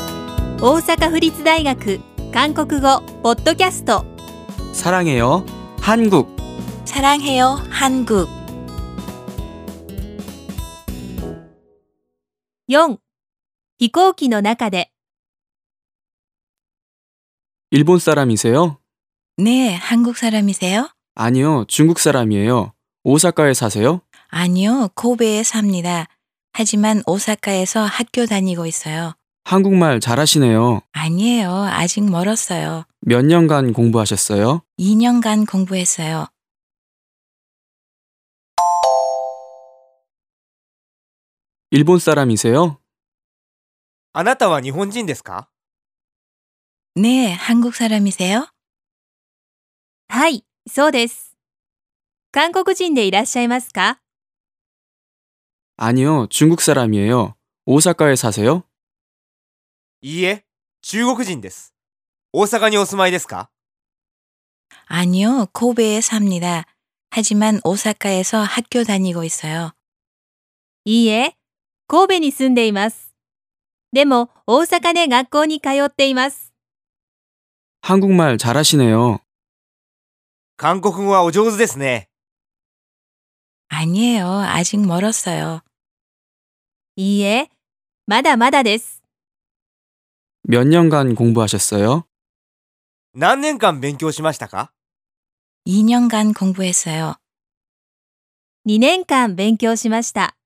大阪府立大学韓国語ポッドキャスト 사랑해요. 한국. 사랑해요 한국 4飛行機の中で 일본 사람이세요? 네 한국 사람이세요? 아니요, 중국 사람이에요. 오사카에 사세요? 아니요 고베에 삽니다 하지만 오사카에서 학교 다니고 있어요 한국말 잘하시네요. 아니에요 아직 멀었어요 몇 년간 공부하셨어요? 2년간 공부했어요 일본 사람이세요? あなたは日本人ですか 네 한국 사람이세요? はい、そうです。韓国人でいらっしゃいますか 아니요, 중국 사람이에요. 오사카에 사세요? いいえ、中国人です。大阪にお住まいですか 아니요 고베에 삽니다 하지만 오사카에서 학교 다니고 있어요 いいえ、神戸に住んでいます。でも大阪で学校に通っています。 한국말 잘하시네요. 韓国語はお上手ですね。 아니에요 아직 멀었어요 いいえ、まだまだです。 몇 년간 공부하셨어요? 何年間勉強しましたか 2년간 공부했어요 2年間勉強しました。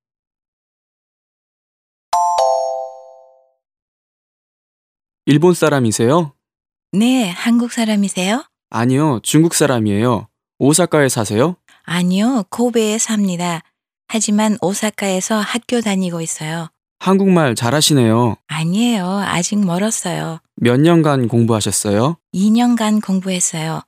일본 사람이세요? 네 한국 사람이세요? 아니요, 중국 사람이에요. 오사카에 사세요? 아니요 고베에 삽니다 하지만 오사카에서 학교 다니고 있어요 한국말 잘하시네요. 아니에요. 아직 멀었어요. 몇 년간 공부하셨어요? 2년간 공부했어요.